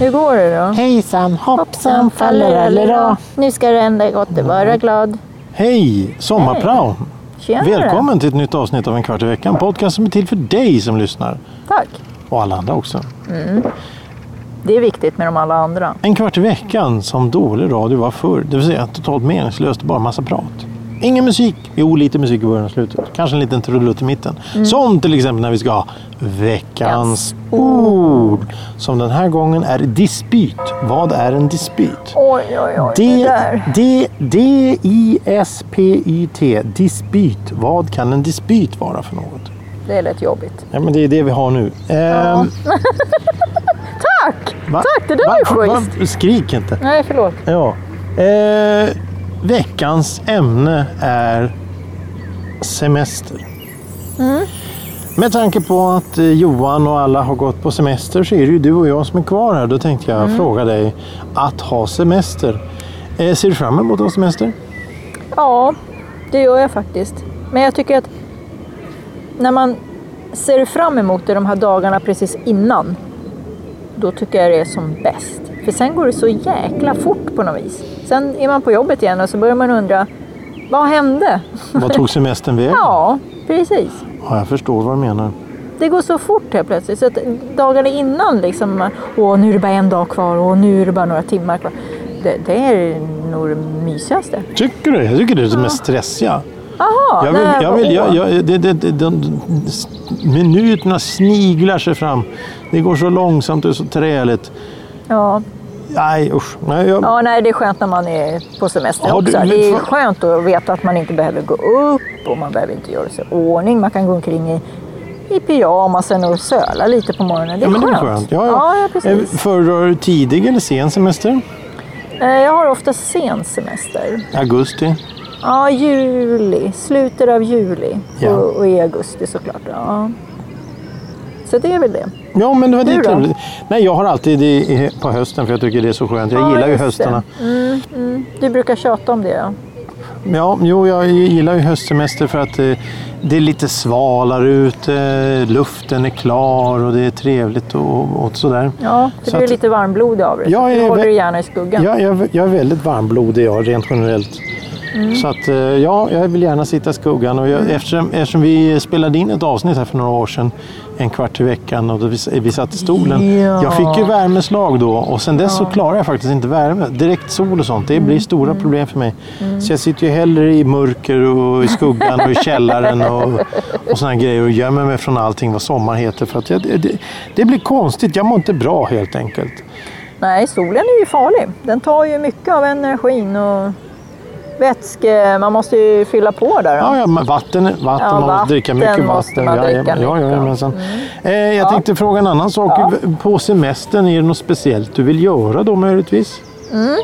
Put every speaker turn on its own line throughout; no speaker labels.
Hur går det då?
Hejsan hoppsan fallerallera.
Nu ska det ändå gott att vara glad.
Hej! Sommarprao!
Tjena.
Välkommen till ett nytt avsnitt av En kvart i veckan. Podcast som är till för dig som lyssnar.
Tack.
Och alla andra också.
Det är viktigt med de alla andra.
En kvart i veckan som dålig radio var förr. Det vill säga totalt meningslöst och bara massa prat. Ingen musik. Jo, lite musik i början och slutet. Kanske en liten trudelutt i mitten.
Mm.
Som till exempel när vi ska ha veckans ord. Som den här gången är dispyt. Vad är en dispyt?
Oj, oj, oj. Det
D,
där.
D, D-I-S-P-Y-T, dispyt. Vad kan en dispyt vara för något?
Det är lite jobbigt.
Ja, men det är det vi har nu. Ehm,
Tack!
va-
Tack, det där var ju
va- va-
schysst.
Skrik inte.
Nej, förlåt.
Ja. Eh, veckans ämne är semester.
Mm.
Med tanke på att eh, Johan och alla har gått på semester så är det ju du och jag som är kvar här. Då tänkte
Mm.
jag fråga dig, att ha semester. Eh, ser du fram emot att ha semester?
Ja, det gör jag faktiskt. Men jag tycker att när man ser fram emot det de här dagarna precis innan, då tycker jag det är som bäst. För sen går det så jäkla fort på något vis. Sen är man på jobbet igen och så börjar man undra, vad hände?
Vad tog semestern vägen?
Ja, precis.
Ja, jag förstår vad du menar.
Det går så fort helt plötsligt. Så att dagarna innan liksom, åh nu är det bara en dag kvar och nu är det bara några timmar kvar. Det, det är nog det mysigaste.
Tycker du? Jag tycker det är det mest stressiga.
Jaha,
Jag vill,
nej,
jag
vad-
vill, jag, jag, det, det, det, de, minuterna sniglar sig fram. Det går så långsamt och så träligt.
Ja.
Nej, usch. Nej, jag,
Ja, nej, det är skönt när man är på semester
Ja, du-
också.
men
Det är
fan-
skönt att veta att man inte behöver gå upp och man behöver inte göra sig i ordning. Man kan gå omkring i, i pyjamasen och söla lite på morgonen. Det är
ja, men
skönt.
det är skönt. Ja,
ja. ja,
Eh,
precis.
Föredrar du tidig eller sen semester?
Eh, Jag har ofta sen semester.
Augusti.
Ja, juli. Slutet av juli
Ja.
och, och i augusti såklart. Ja. Så det är väl det.
Ja, men det var
Du
det
då?
trevligt. Nej, jag har alltid det i- på hösten för jag tycker det är så skönt. Jag
Ja,
gillar ju
just det.
höstarna.
Mm, mm. Du brukar tjata om det, ja.
Ja, jo, jag gillar ju höstsemester för att eh, det är lite svalare ute, luften är klar och det är trevligt och, och sådär.
Ja, för
Så
du är
att-
lite varmblodig av dig.
Jag
så
är
du håller
vä-
dig gärna i skuggan.
Jag, jag, jag är väldigt varmblodig jag, rent generellt.
Mm.
Så att, eh, ja, jag vill gärna sitta i skuggan. Och jag, eftersom, eftersom vi spelade in ett avsnitt här för några år sedan, en kvart i veckan, och då vi, vi satt i stolen.
Ja.
Jag fick ju värmeslag då och sen dess så klarar jag faktiskt inte värme. Direkt sol och sånt, det
Mm.
blir stora problem för mig. Så jag sitter ju hellre i mörker och i skuggan och i källaren och, och såna här grejer och gömmer mig från allting vad sommar heter. För att jag, det, det blir konstigt, jag mår inte bra helt enkelt.
Nej, solen är ju farlig. Den tar ju mycket av energin och vätske. Man måste ju fylla på där. då.
Ja, ja men vatten, vatten
Ja,
man
vatten
måste dricka mycket
måste
vatten.
man
ja,
dricka
ja, ja,
mycket. Mm.
jajamensan. Eh, jag tänkte fråga en annan sak.
Ja.
På semestern, är det något speciellt du vill göra då möjligtvis? Ja.
Mm.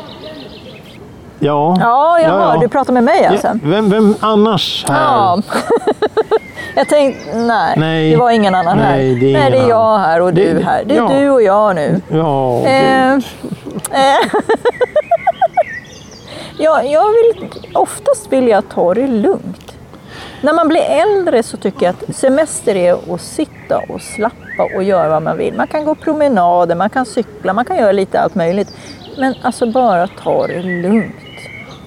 ja jag hör. Du pratar med mig alltså?
Ja, vem, vem annars här?
Ja. jag tänkte, nej,
Nej.
det var ingen annan här.
Nej, det är
nej, det är
ingen
jag
annan.
här och
Det-
du här. Det är
ja.
du och jag nu.
Ja,
Eh,
det-
eh. ja, jag vill oftast vill jag ta det lugnt. När man blir äldre så tycker jag att semester är att sitta och slappa och göra vad man vill. Man kan gå promenader, man kan cykla, man kan göra lite allt möjligt. Men alltså bara ta det lugnt.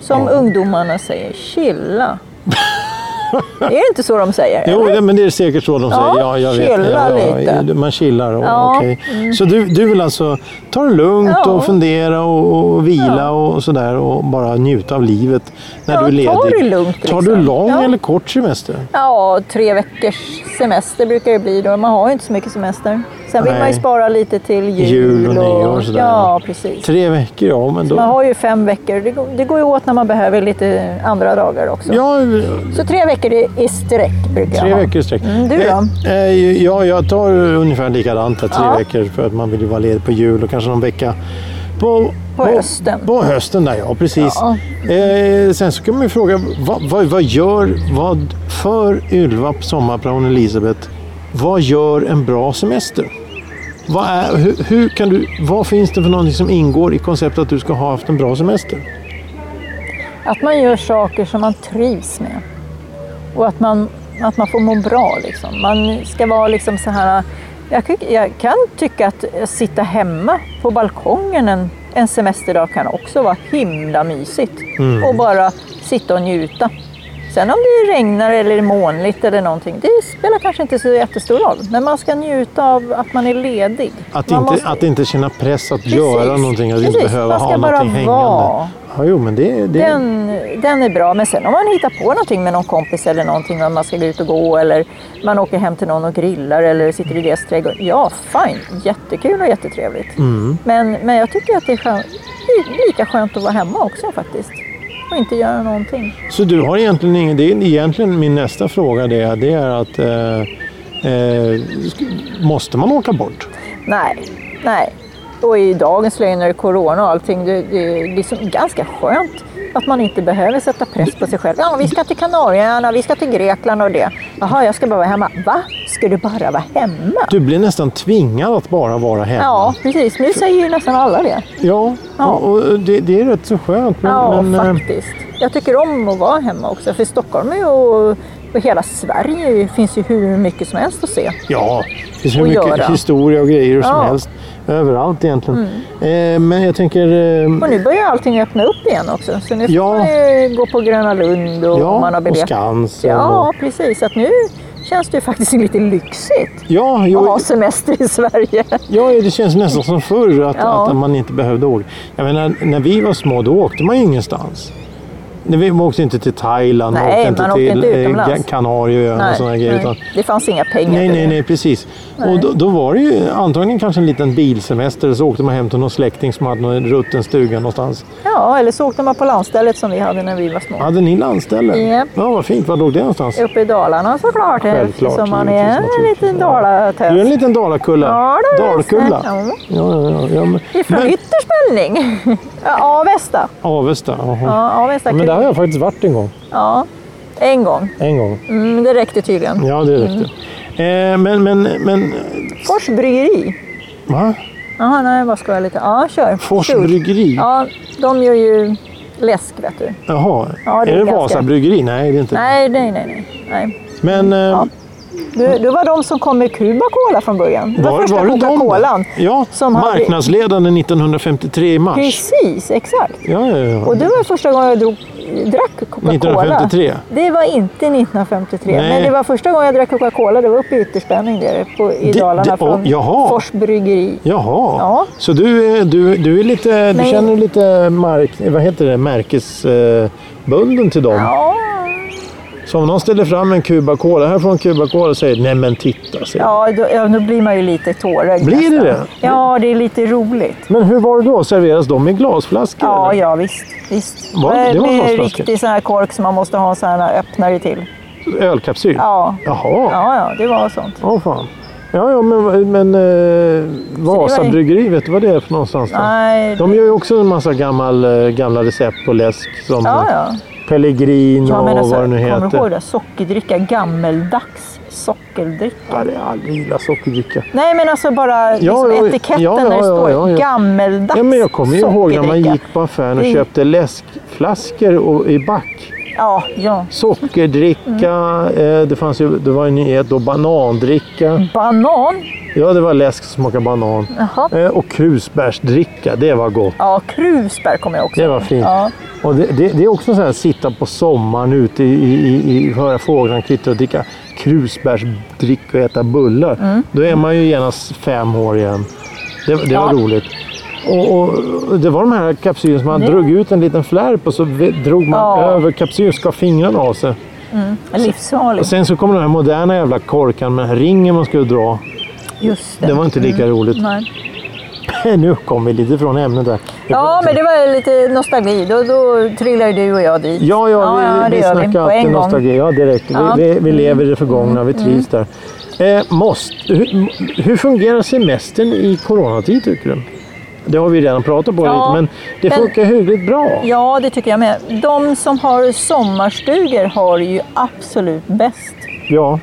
Som ungdomarna säger, chilla. är det inte så de säger?
Jo,
eller?
det- men det är säkert så de säger.
Ja,
Ja, jag vet.
chilla
ja, ja,
lite.
Man chillar. Och,
Ja. Mm.
okej. Så du, du vill alltså ta det lugnt
Ja.
och fundera och, och vila och sådär och bara njuta av livet när
Ja,
du är ledig.
ta det lugnt,
Tar du
liksom.
lång
Ja.
eller kort semester?
Ja, tre veckors semester brukar det bli då. Man har ju inte så mycket semester. Sen vill
Nej.
man ju spara lite till jul.
Jul och nyår och sådär,
Ja,
ja.
precis.
Tre veckor, ja men då...
Man har ju fem veckor. Det går, det går ju åt när man behöver lite andra dagar också.
Ja,
Så tre veckor i- i sträck brukar
tre
jag ha.
veckor i sträck.
Mm, du då?
Eh, eh, Ja, jag tar ungefär likadant, där, tre
Ja.
veckor. För att man vill ju vara ledig på jul och kanske någon vecka på,
På hösten.
På hösten, där, ja precis. Eh, sen så kan man ju fråga, vad, vad, vad gör, vad för Ylva på sommarpraon Elisabeth, vad gör en bra semester? Vad, är, hur, hur kan du, vad finns det för någonting som ingår i konceptet att du ska ha haft en bra semester?
Att man gör saker som man trivs med. Och att man, att man får må bra. Liksom. Man ska vara liksom så här... Jag, kan- jag kan tycka att eh, sitta hemma på balkongen en, en semesterdag kan också vara himla mysigt.
Mm.
Och bara sitta och njuta. Sen om det regnar eller är molnigt eller någonting, det spelar kanske inte så jättestor roll. Men man ska njuta av att man är ledig.
Att
man
inte, att inte känna press att
Precis,
göra någonting, att inte
precis.
behöva
Man ska
ha
bara
någonting
vara.
hängande. Ja, jo, men det, det,
Den, den är bra, men sen om man hittar på någonting med någon kompis eller någonting, om man ska gå ut och gå eller man åker hem till någon och grillar eller sitter i deras trädgård. Ja, fine, jättekul och jättetrevligt.
Mm.
Men, men jag tycker att det är skön, li- lika skönt att vara hemma också faktiskt och inte göra någonting.
Så du har egentligen ingen... Det är egentligen min nästa fråga det, det är att eh, eh, sk- måste man åka bort?
Nej, nej. Och i dagens läge när det är corona och allting, det, det är liksom ganska skönt att man inte behöver sätta press på sig själv. Ja, vi ska till Kanarieöarna, vi ska till Grekland och det. Jaha, jag ska bara vara hemma. Va? Ska du bara vara hemma?
Du blir nästan tvingad att bara vara hemma.
Ja, precis. Nu säger ju nästan alla det.
Ja,
Ja.
Och, och det, det är rätt så skönt. Men,
Ja,
men, eh,
faktiskt. Jag tycker om att vara hemma också, för Stockholm är ju, och hela Sverige finns ju hur mycket som helst att se.
ja, det finns hur
Och
mycket
göra.
historia och grejer som
Ja. Mm.
helst. Överallt egentligen. Eh, men jag tänker... Eh,
Och nu börjar allting öppna upp igen också, så nu får
Ja.
man ju gå på Gröna Lund och om man
ja,
har
och
biljett.
Skansen.
Ja,
Och,
precis. Att nu känns det ju faktiskt lite lyxigt
ja, jo,
att ha semester i Sverige.
Ja, det känns nästan som förr att,
Ja.
att man inte behövde åka. Jag menar, när vi var små då åkte man ju ingenstans. När vi man åkte inte till Thailand, man
Nej,
åkte inte
man åkte
till
inte
eh,
utomlands.
Ga- Kanarieöarna och sådana grejer. Utan,
nej. Det fanns inga pengar
nej,
till det.
nej, nej, precis. Och då, då var det ju antagligen kanske en liten bilsemester så åkte man hem till någon släkting som hade någon rutten stuga någonstans.
Ja, eller så åkte man på landstället som vi hade när vi var små.
Hade ni landställe?
Ja.
Ja, vad fint. Var låg det någonstans?
Uppe i Dalarna såklart,
Självklart,
eftersom man
givetvis,
är en
naturligtvis.
liten
Ja. Du är en
dalatös.
liten Dalakulla.
Ja, det är det.
Dalkulla.
Ja.
ja, ja, ja. Men,
Ifrån
men-
Ytterspänning. Ja, Avesta.
Avesta, jaha.
Ja, Avesta.
Ja, men där har
kul.
jag faktiskt varit en gång.
Ja, en gång.
En gång.
Mm, det räckte tydligen.
Ja, det
Mm.
räckte. Eh, men, men, men...
Fors Bryggeri.
Va?
Jaha, nej, jag bara skojar lite. Ja, kör.
Fors
Shoot.
bryggeri?
Ja, de gör ju läsk, vet du.
Jaha.
Ja, det
är
är
det
ganska-
Vasa bryggeri? Nej, det är inte det.
Nej, nej, nej. nej. nej.
Men eh,
Du, du var de som kom med Cuba Cola från början. Det var,
var,
första
var det
Coca-Colan.
de? Ja,
som hade-
marknadsledande 1953 i mars.
Precis, exakt.
Ja, ja, ja.
Och det var första gången jag drog, drack Coca-Cola.
1953.
Det var inte 1953,
Nej.
men det var första gången jag drack Coca-Cola. Det var uppe i Ytterspänning där, på, i
Det-
Dalarna
det- åh,
från
jaha.
Fors Bryggeri.
Jaha,
Ja.
så du, är- du, du, är lite, du
Nej.
känner lite mark, vad heter det, märkesbunden till dem?
Ja,
Så om någon ställer fram en Cuba Cola här från Cuba Cola och säger nej men titta. Säger. jag.
ja, då, ja, nu blir man ju lite tårögd.
Blir det
nästan.
det?
Ja, det är lite roligt.
Men hur var det då? Serveras de i glasflaskor?
Ja,
eller?
ja visst. visst. Eh,
Var det- det var
med
glasflaskor?
riktig sån här kork som man måste ha en sån här öppnare till.
Ölkapsyl?
Ja.
Jaha.
Ja, ja, det var sånt.
Åh fan. Ja, ja men, men eh, Vasa
ju-
bryggeri, vet du vad det är för någonstans? Då?
Nej,
De gör ju också en massa gammal, eh, gamla recept på läsk som
Ja,
ja,
ja.
Pellegrin
ja
och
men alltså,
vad det nu
Kommer du ihåg
heter.
det? Sockerdricka, gammeldags sockerdricka.
Ja, det är aldrig gilla sockerdricka.
Nej, men alltså bara liksom
ja, ja.
etiketten
Ja, ja,
där det
ja,
står
ja, ja.
gammeldags
Ja, men jag kommer ju ihåg när man
sockerdricka. Mm.
gick på affären och
Det-
köpte läskflaskor och, i back.
Ja, ja.
Sockerdricka,
Mm.
eh, det, fanns ju, det var en nyhet då, banandricka.
Banan.
Ja, det var läsk som smakade banan.
Jaha.
Eh, och krusbärsdricka, det var gott.
Ja, krusbär kommer jag också
Det var fint.
Ja.
Och det, det, det är också så här, sitta på sommaren ute i, i, i, i höra fåglarna kvittra och dricka krusbärsdrick och äta bullar.
Mm.
Då är man ju genast fem år igen. Det, det var
Ja.
roligt. Och, och det var de här kapsylerna som man drog ut en liten flärp och så v- drog man
Ja.
över kapsylen, skar fingrarna av sig. Och
Livsfarligt.
sen så kommer den här moderna jävla korkan med den här ringen man skulle dra.
Just det.
Alltså, Det var inte lika
Mm.
roligt.
Nej.
nu kom vi lite från ämnet där.
Ja, men det var lite nostalgi. Då, då trillar ju du och jag dit.
Ja, ja, vi,
ja, det
vi
gör
snackar
På en
alltid
gång.
nostalgi. Ja, direkt.
Ja. Mm,
Vi, vi, vi lever i det förgångna, vi trivs där. Eh, måste, hur, hur fungerar semestern i coronatid tycker du? Det har vi redan pratat på
Ja,
lite, men det
men-
funkar hyggligt bra.
Ja, det tycker jag med. De som har sommarstugor har det ju absolut bäst.
Ja,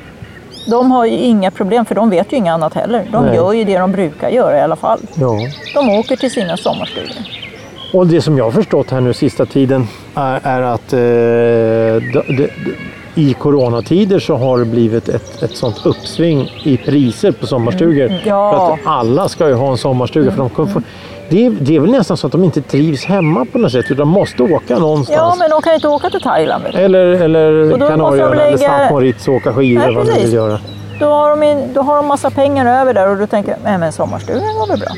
De har ju inga problem för de vet ju inget annat heller. De
Nej.
gör ju det de brukar göra i alla fall.
Ja.
De åker till sina sommarstugor.
Och det som jag har förstått här nu sista tiden är, är att eh, de, de, i coronatider så har det blivit ett, ett sånt uppsving i priser på sommarstugor.
Mm, ja. Mm,
För att alla ska ju ha en sommarstuga. För de kommer få, det, är, det är väl nästan så att de inte trivs hemma på något sätt utan måste åka
Ja,
någonstans.
men de kan inte åka till Thailand. vet du.
Eller, eller
Och då måste
Kanarieöarna
de
eller
lägga-
Sankt Moritz och åka skidor
Nej,
vad de vill
precis.
göra.
Då har, de, in- då har de massa pengar över där och då tänker jag, nej men sommarstugan var väl bra.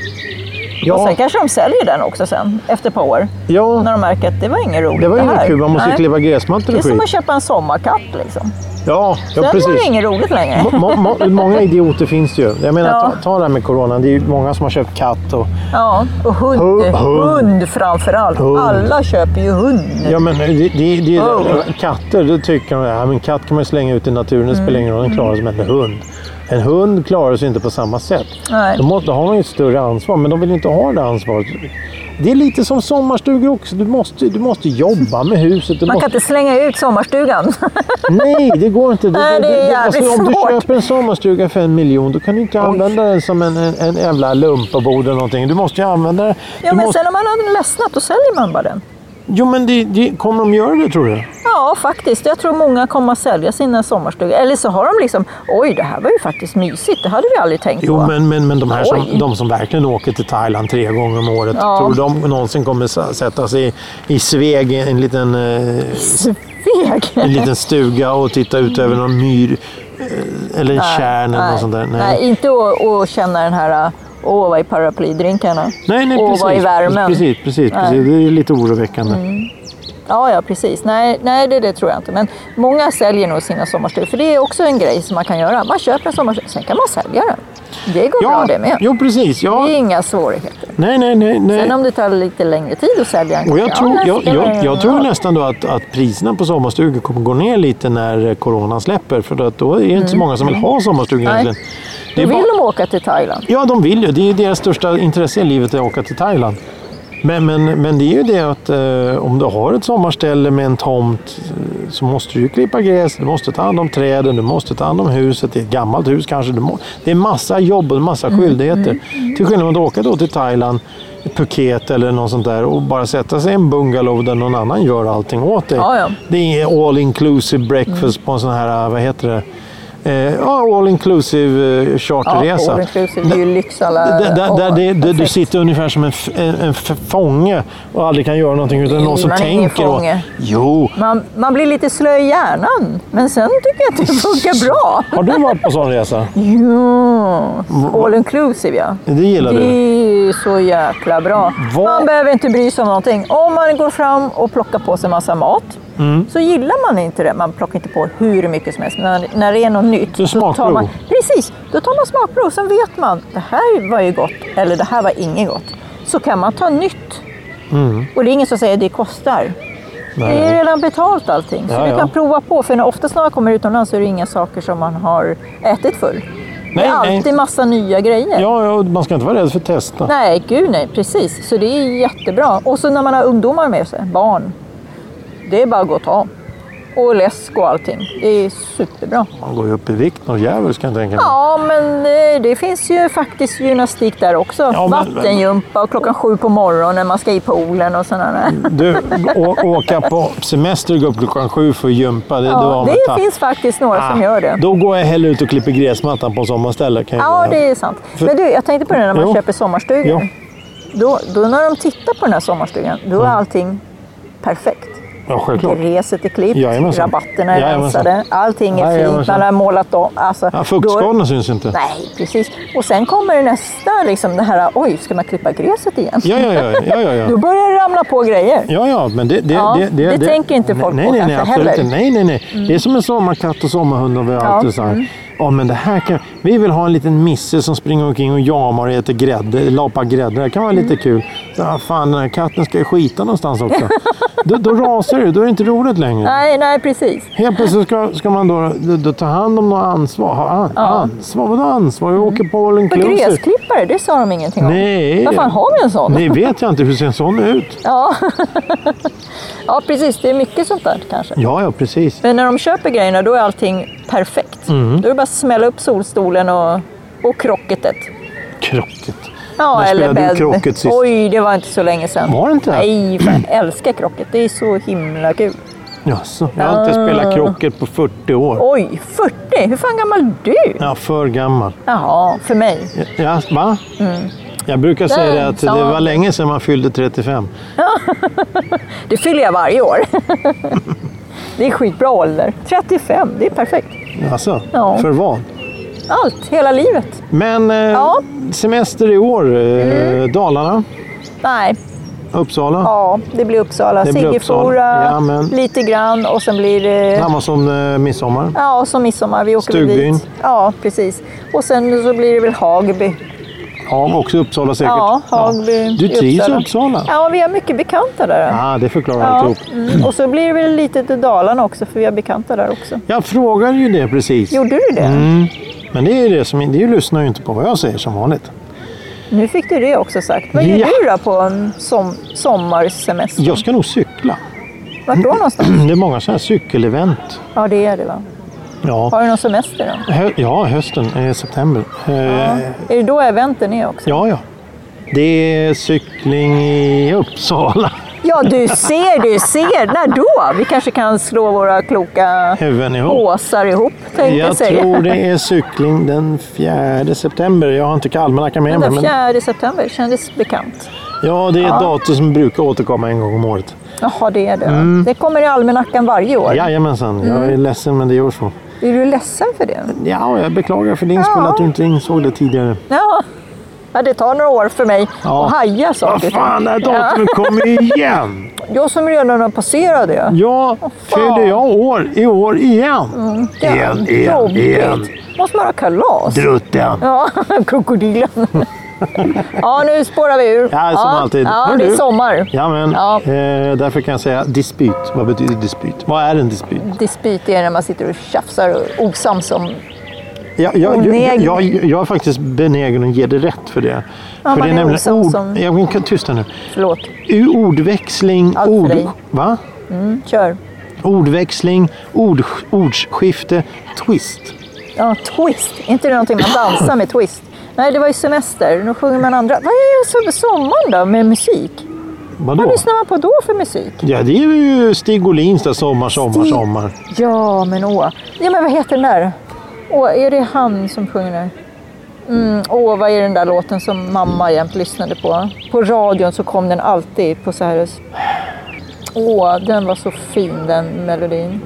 Och
Ja,
sen kanske de säljer den också sen, efter ett par år. När
ja,
de märker att det var inget roligt
det var
här.
inget kul. Man måste ju
Nej.
kliva gräsmattor
Det är
och skit.
som att köpa en sommarkatt liksom.
Ja, ja,
sen var
precis.
det inget roligt längre.
Må- må- må- många idioter finns det ju. Jag menar,
Ja.
ta, ta det här med corona. Det är ju många som har köpt katt. Och,
Ja, och hund,
Hu- hund.
hund. framför allt.
Hund.
Alla köper ju hund.
ja, men det, det, det,
Oh.
Katter, då tycker de att en katt kan man ju slänga ut i naturen. Det spelar ingen roll, den
Mm.
klarar sig. Men en hund, en hund klarar sig inte på samma sätt.
Nej.
Då, må, då har man ju ett större ansvar, men de vill ju inte ha det ansvaret. Det är lite som sommarstugor också. Du måste, du måste jobba med huset. Du
Man
måste,
kan inte slänga ut sommarstugan.
Nej, det går inte.
Nej, det är jävligt
om du
svårt.
köper en sommarstuga för en miljon, då kan du inte använda den som en, en, en jävla lumpabord eller någonting. Du måste ju använda den.
ja,
du
men
måste...
sen när man har ledsnat, då säljer man bara den.
Jo, men det, det, kommer de göra det tror du?
Ja, faktiskt. Jag tror många kommer att sälja sina sommarstugor. Eller så har de liksom, oj, det här var ju faktiskt mysigt. Det hade vi aldrig tänkt
Jo,
på.
men, men, men de, här
Oj.
som, de som verkligen åker till Thailand tre gånger om året,
Ja.
tror du de någonsin kommer s- sätta sig i, i Sveg i en liten, eh, en
Sveg!
liten stuga och titta ut över någon myr eh, eller en tjärn eller något sånt där?
Nej. inte att, att känna den här åh vad i paraplydrinkarna.
Nej, nej,
åh
precis.
vad i värmen.
Precis, precis,
Nej. Mm.
precis. Det är lite oroväckande.
Ja, ja precis. Nej, nej det, det tror jag inte. Men många säljer nog sina sommarstugor. För det är också en grej som man kan göra. Man köper en sommarstuga, sen kan man sälja den. Det går bra det med.
Jo, precis. Ja.
Det är inga svårigheter.
Nej, nej, nej. nej.
Sen om det tar lite längre tid att sälja den.
Och
ja,
jag, tror,
det
jag,
spelar
jag,
ingen
jag tror
roll.
nästan då att, att priserna på sommarstugor kommer gå ner lite när coronan släpper. För att då är det inte så många som vill ha sommarstugor
Mm. Nej.
egentligen.
Då
Det är
vill
bara-
de åka till Thailand.
Ja, de vill ju. Det är ju deras största intresse i livet att åka till Thailand. Men, men, men det är ju det att eh, om du har ett sommarställe med en tomt eh, så måste du ju klippa gräs, du måste ta hand om träden, du måste ta hand om huset. Det är ett gammalt hus kanske. Du må, det är massa jobb och massa
Mm,
skyldigheter. Till skillnad från att åka då till Thailand, Phuket eller något sånt där och bara sätta sig i en bungalow där någon annan gör allting åt dig.
Ja, ja. Mm.
Det är all inclusive breakfast på en sån här, vad heter det? Eh, ja, all inclusive eh,
Ja,
charterresa.
all inclusive, det är ju lyx alla...
Där, där, där,
Åh,
det, där du
Eh, perfekt.
sitter ungefär som en, f- en, en f- fånge och aldrig kan göra någonting utan
Nej,
någon som
man är ingen
tänker. Och,
fånge.
jo,
man, man blir lite slö i hjärnan, men sen tycker jag att det funkar bra.
har du varit på sån resa?
Ja, all inclusive ja.
Det gillar
Det
du?
är ju så jäkla bra.
Vad-
Man behöver inte bry sig om någonting. Om man går fram och plockar på sig massa mat
Mm.
så gillar man inte det. Man plockar inte på hur mycket som helst. Men när det är något nytt
Det
då tar
är
man,
smakprov.
precis, då tar man smakprov. Sen vet man, det här var ju gott eller det här var inget gott. Så kan man ta nytt. Och det är ingen som säger att det kostar. Det är
Mm. Nej.
redan betalt allting, så
Ja,
du
ja.
kan prova på. För när- oftast när man kommer utomlands så är det inga saker som man har ätit förr. det
Nej,
är
nej.
alltid massa nya grejer.
Ja, ja, man ska inte vara rädd för att testa.
Nej, gud nej, precis. Så det är jättebra. Och så när man har ungdomar med sig, barn. Det är bara att gå och ta. Och läsk och allting. Det är superbra.
Man går ju upp i vikt något djävulskt kan jag tänka mig.
Ja, men eh, det finns ju faktiskt gymnastik där också.
men-
Vattengympa och klockan sju på morgonen, man ska i poolen och sådana där.
Du, å, åka på semester och gå upp klockan sju för att gympa. Det, då har
Ja,
man
det
tappat.
finns faktiskt några som
Ah,
gör det.
Då går jag hellre ut och klipper gräsmattan på sommarställe. Kan jag
Ja,
säga.
det är sant. Men du, jag tänkte på det när man
Jo.
köper sommarstugor.
Ja.
Då, då när de tittar på den här sommarstugan, då är
Mm.
allting perfekt.
ja självklart.
Gräset är klippt,
Jajamensan.
rabatterna är
Jajamensan.
rensade, allting är fint,
Jajamensan.
man har målat om. Alltså,
Ja,
då-
fuktskadorna syns inte.
Nej, precis. Och sen kommer det nästa, liksom det här, oj, ska man klippa gräset igen?
Ja, ja, ja. ja, ja, ja.
Då börjar det ramla på grejer.
Ja, ja, men det, det,
Ja,
det,
det tänker inte folk
nej,
på
nej, nej,
kanske
absolut
heller. Mm.
inte. Nej, nej, nej. Det är som en sommarkatt och sommarhund och vi har
Ja, mm.
alltid så här. Ja, men det här kan... Vi vill ha en liten misse som springer omkring och jamar och äter
Mm.
grädde, lapar grädde. Det kan vara lite kul. Så, ah, fan, den här katten ska ju skita någonstans också. Då, då rasar det, då är det inte roligt längre.
Nej, nej precis.
Helt plötsligt ska, ska man då, då, då ta hand om något ansvar. Ha an,
Ja. Mm.
Ansvar? Vadå ansvar? Jag åker på all
För
inclusive.
gräsklippare, det sa de ingenting om.
Nej.
Vad fan har vi en sån?
Det vet jag inte. Hur ser en sån ut?
Ja. ja, precis. Det är mycket sånt där kanske.
Ja, ja, precis.
Men när de köper grejerna, då är allting perfekt.
Mm.
Då är det bara att smälla upp solstolen och, och krocketet.
Krocket.
Ja,
När
eller
spelade du
bädd.
krocket sist?
Oj, det var inte så länge sedan.
Var det inte?
Nej, fan, jag älskar krocket. Det är så himla kul.
Jaså, jag har inte
Ah.
spelat krocket på 40 år.
Oj, 40! Hur fan gammal är du?
Jag är för gammal.
Jaha, för mig.
Ja, va? Jag brukar säga
Mm. Där
det att det
sa
var
han.
länge sedan man fyllde 35.
Det fyller jag varje år. det är skitbra ålder. 35, det är perfekt.
Alltså,
Ja.
för vad?
Allt, hela livet.
Men eh,
Ja. Mm.
semester i år. Eh, Dalarna,
Nej,
Uppsala.
ja, det blir Uppsala.
Det blir Uppsala.
Siggifora,
Jajamän.
lite grann och sen blir det...
Samma som eh, midsommar.
Ja, och så midsommar. Vi åker väl
Stugbyn.
dit. Ja, precis. Och sen så blir det väl Hagby.
Ja, också Uppsala säkert.
Ja, Hagby.
Du
i
trivs i Uppsala? Ja,
Ja, vi har mycket bekanta där.
ah, det förklarar
Ja,
alltihop.
mm. Och så blir det väl lite till Dalarna också, för vi har bekanta där också.
Jag frågar ju det precis.
Gjorde du det?
Mm. Men det är ju det som det lyssnar ju inte på vad jag säger som vanligt.
Nu fick du det också sagt. Vad
Ja.
gör du då på en som, sommarsemester?
Jag ska nog cykla.
Vart då någonstans?
Det är många sådana här cykelevent.
Ja, det är det va?
Ja,
Har du någon semester då?
hö ja hösten, eh, september. Eh,
Är det då eventen är också?
ja, ja. Det är cykling i Uppsala.
Ja, du ser, du ser. När då? Vi kanske kan slå våra kloka
Huvuden ihop.
påsar ihop, tänkte jag
Jag
säga.
tror det är cykling den 4 september. Jag har inte almanackan med mig.
Den
Men
4 september kändes bekant.
ja, det är ett datum som brukar återkomma en gång om året.
Jaha, det är det.
Mm.
Det kommer i almanackan varje år.
Jajamensan, jag
Mm.
är ledsen men det gör så.
Är du ledsen för det?
Ja, jag beklagar för din skull
Ja.
att du inte insåg det tidigare.
Ja. ja, det tar några år för mig
Ja.
att haja
Vad
saker.
fan, det här datumet kommer ju igen!
Jag som redan har passerat det.
Ja,
fan. Mm,
fyller jag år i år igen. Igen, igen,
Jobbigt.
igen.
Måste man ha kalas?
Drutten.
Ja, krokodilen. ja, nu spårar vi ur.
Ja, som alltid.
Ja,
Hör
det är
du?
sommar.
Ja, men,
Ja.
Eh, därför kan jag säga dispyt. Vad betyder dispyt? Vad är en dispyt?
Dispyt är när man sitter och tjafsar och osams om...
Jag, jag, jag,
Oneg-
jag, jag är faktiskt benägen att ge dig rätt för det.
Ja,
för
man
det
är osams om-
Jag men kan tysta nu.
Förlåt.
U- Ordväxling,
Allt för dig.
va?
Mm, kör.
Ordväxling, ord, ordsskifte, twist.
Ja, twist. Är inte det någonting man dansar med twist? Nej, det var ju semester. Nu sjunger man andra. Vad är det som- sommaren då med musik? Vad
Vadå?
lyssnar man på då för musik?
Ja, det är ju Stig Åhlins där, Sommar, sommar,
Stig-
sommar.
Ja, men åh. Ja, men vad heter den där? Åh, är det han som sjunger där? Mm, åh, vad är den där låten som mamma jämt lyssnade på? På radion så kom den alltid på så här... Åh, den var så fin den melodin.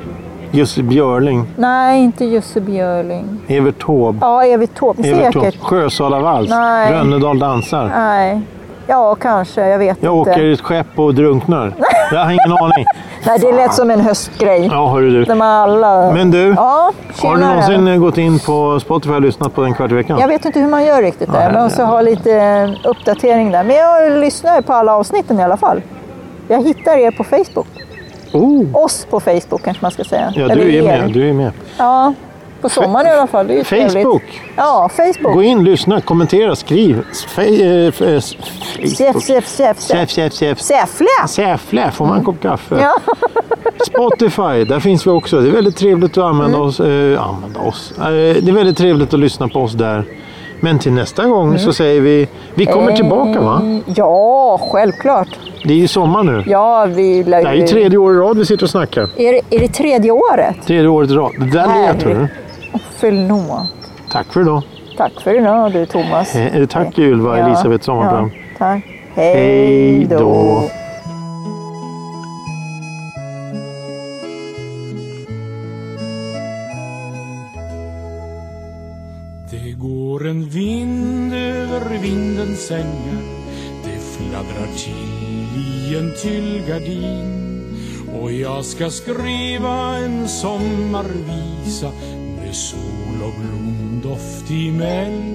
Jussi Björling,
Nej, inte Jussi Björling.
Evert Taube,
Ja, Evert Taube,
Evert Taube,
säkert.
Sjösalavals,
Nej.
Rönnedal dansar.
Nej. Ja, kanske. Jag vet
Jag
inte.
åker i ett skepp och drunknar. Jag har ingen aning.
Nej, det lät som en höstgrej.
Ja, hörru du.
De har alla...
Men du,
Ja,
har du
tjenare.
någonsin eh, gått in på Spotify och lyssnat på en kvart i veckan?
Jag vet inte hur man gör riktigt
Nej,
där. Man måste ha lite eh, uppdatering där. Men jag lyssnar på alla avsnitten i alla fall. Jag hittar er på Facebook.
Oh.
Oss på Facebook kanske man ska säga.
Ja, du är med. Du är med.
Ja, på sommaren i alla fall. Det är ju
Facebook.
Trevligt. Ja, Facebook.
Gå in, lyssna, kommentera, skriv. Fe- eh, f- eh, s- Facebook.
Säf, säf, säf, säf.
Säf, säf, säf.
Säffle!
Säfle, får man en kopp kaffe?
Ja.
Spotify, där finns vi också. Det är väldigt trevligt att använda
Mm.
oss. Eh, använda oss. Eh, det är väldigt trevligt att lyssna på oss där. Men till nästa gång
Mm.
så säger vi, vi kommer tillbaka va?
Eh, Ja, självklart.
Det är ju sommar nu.
Ja, vi lär
Det här är ju tredje året i rad vi sitter och snackar.
Är, det- är det tredje året?
Tredje året i rad. Det där lät
Herre.
du.
Förlåt.
Tack för idag.
Tack för idag du Thomas.
Eh, eh, tack Ylva
Ja,
Elisabeth Sommarbrand.
Ja, tack.
Hej
Hej
då.
då.
Det går en vind över vindens sängar Det fladdrar till i en tyllgardin Och jag ska skriva en sommarvisa med sol och blomdoft i mig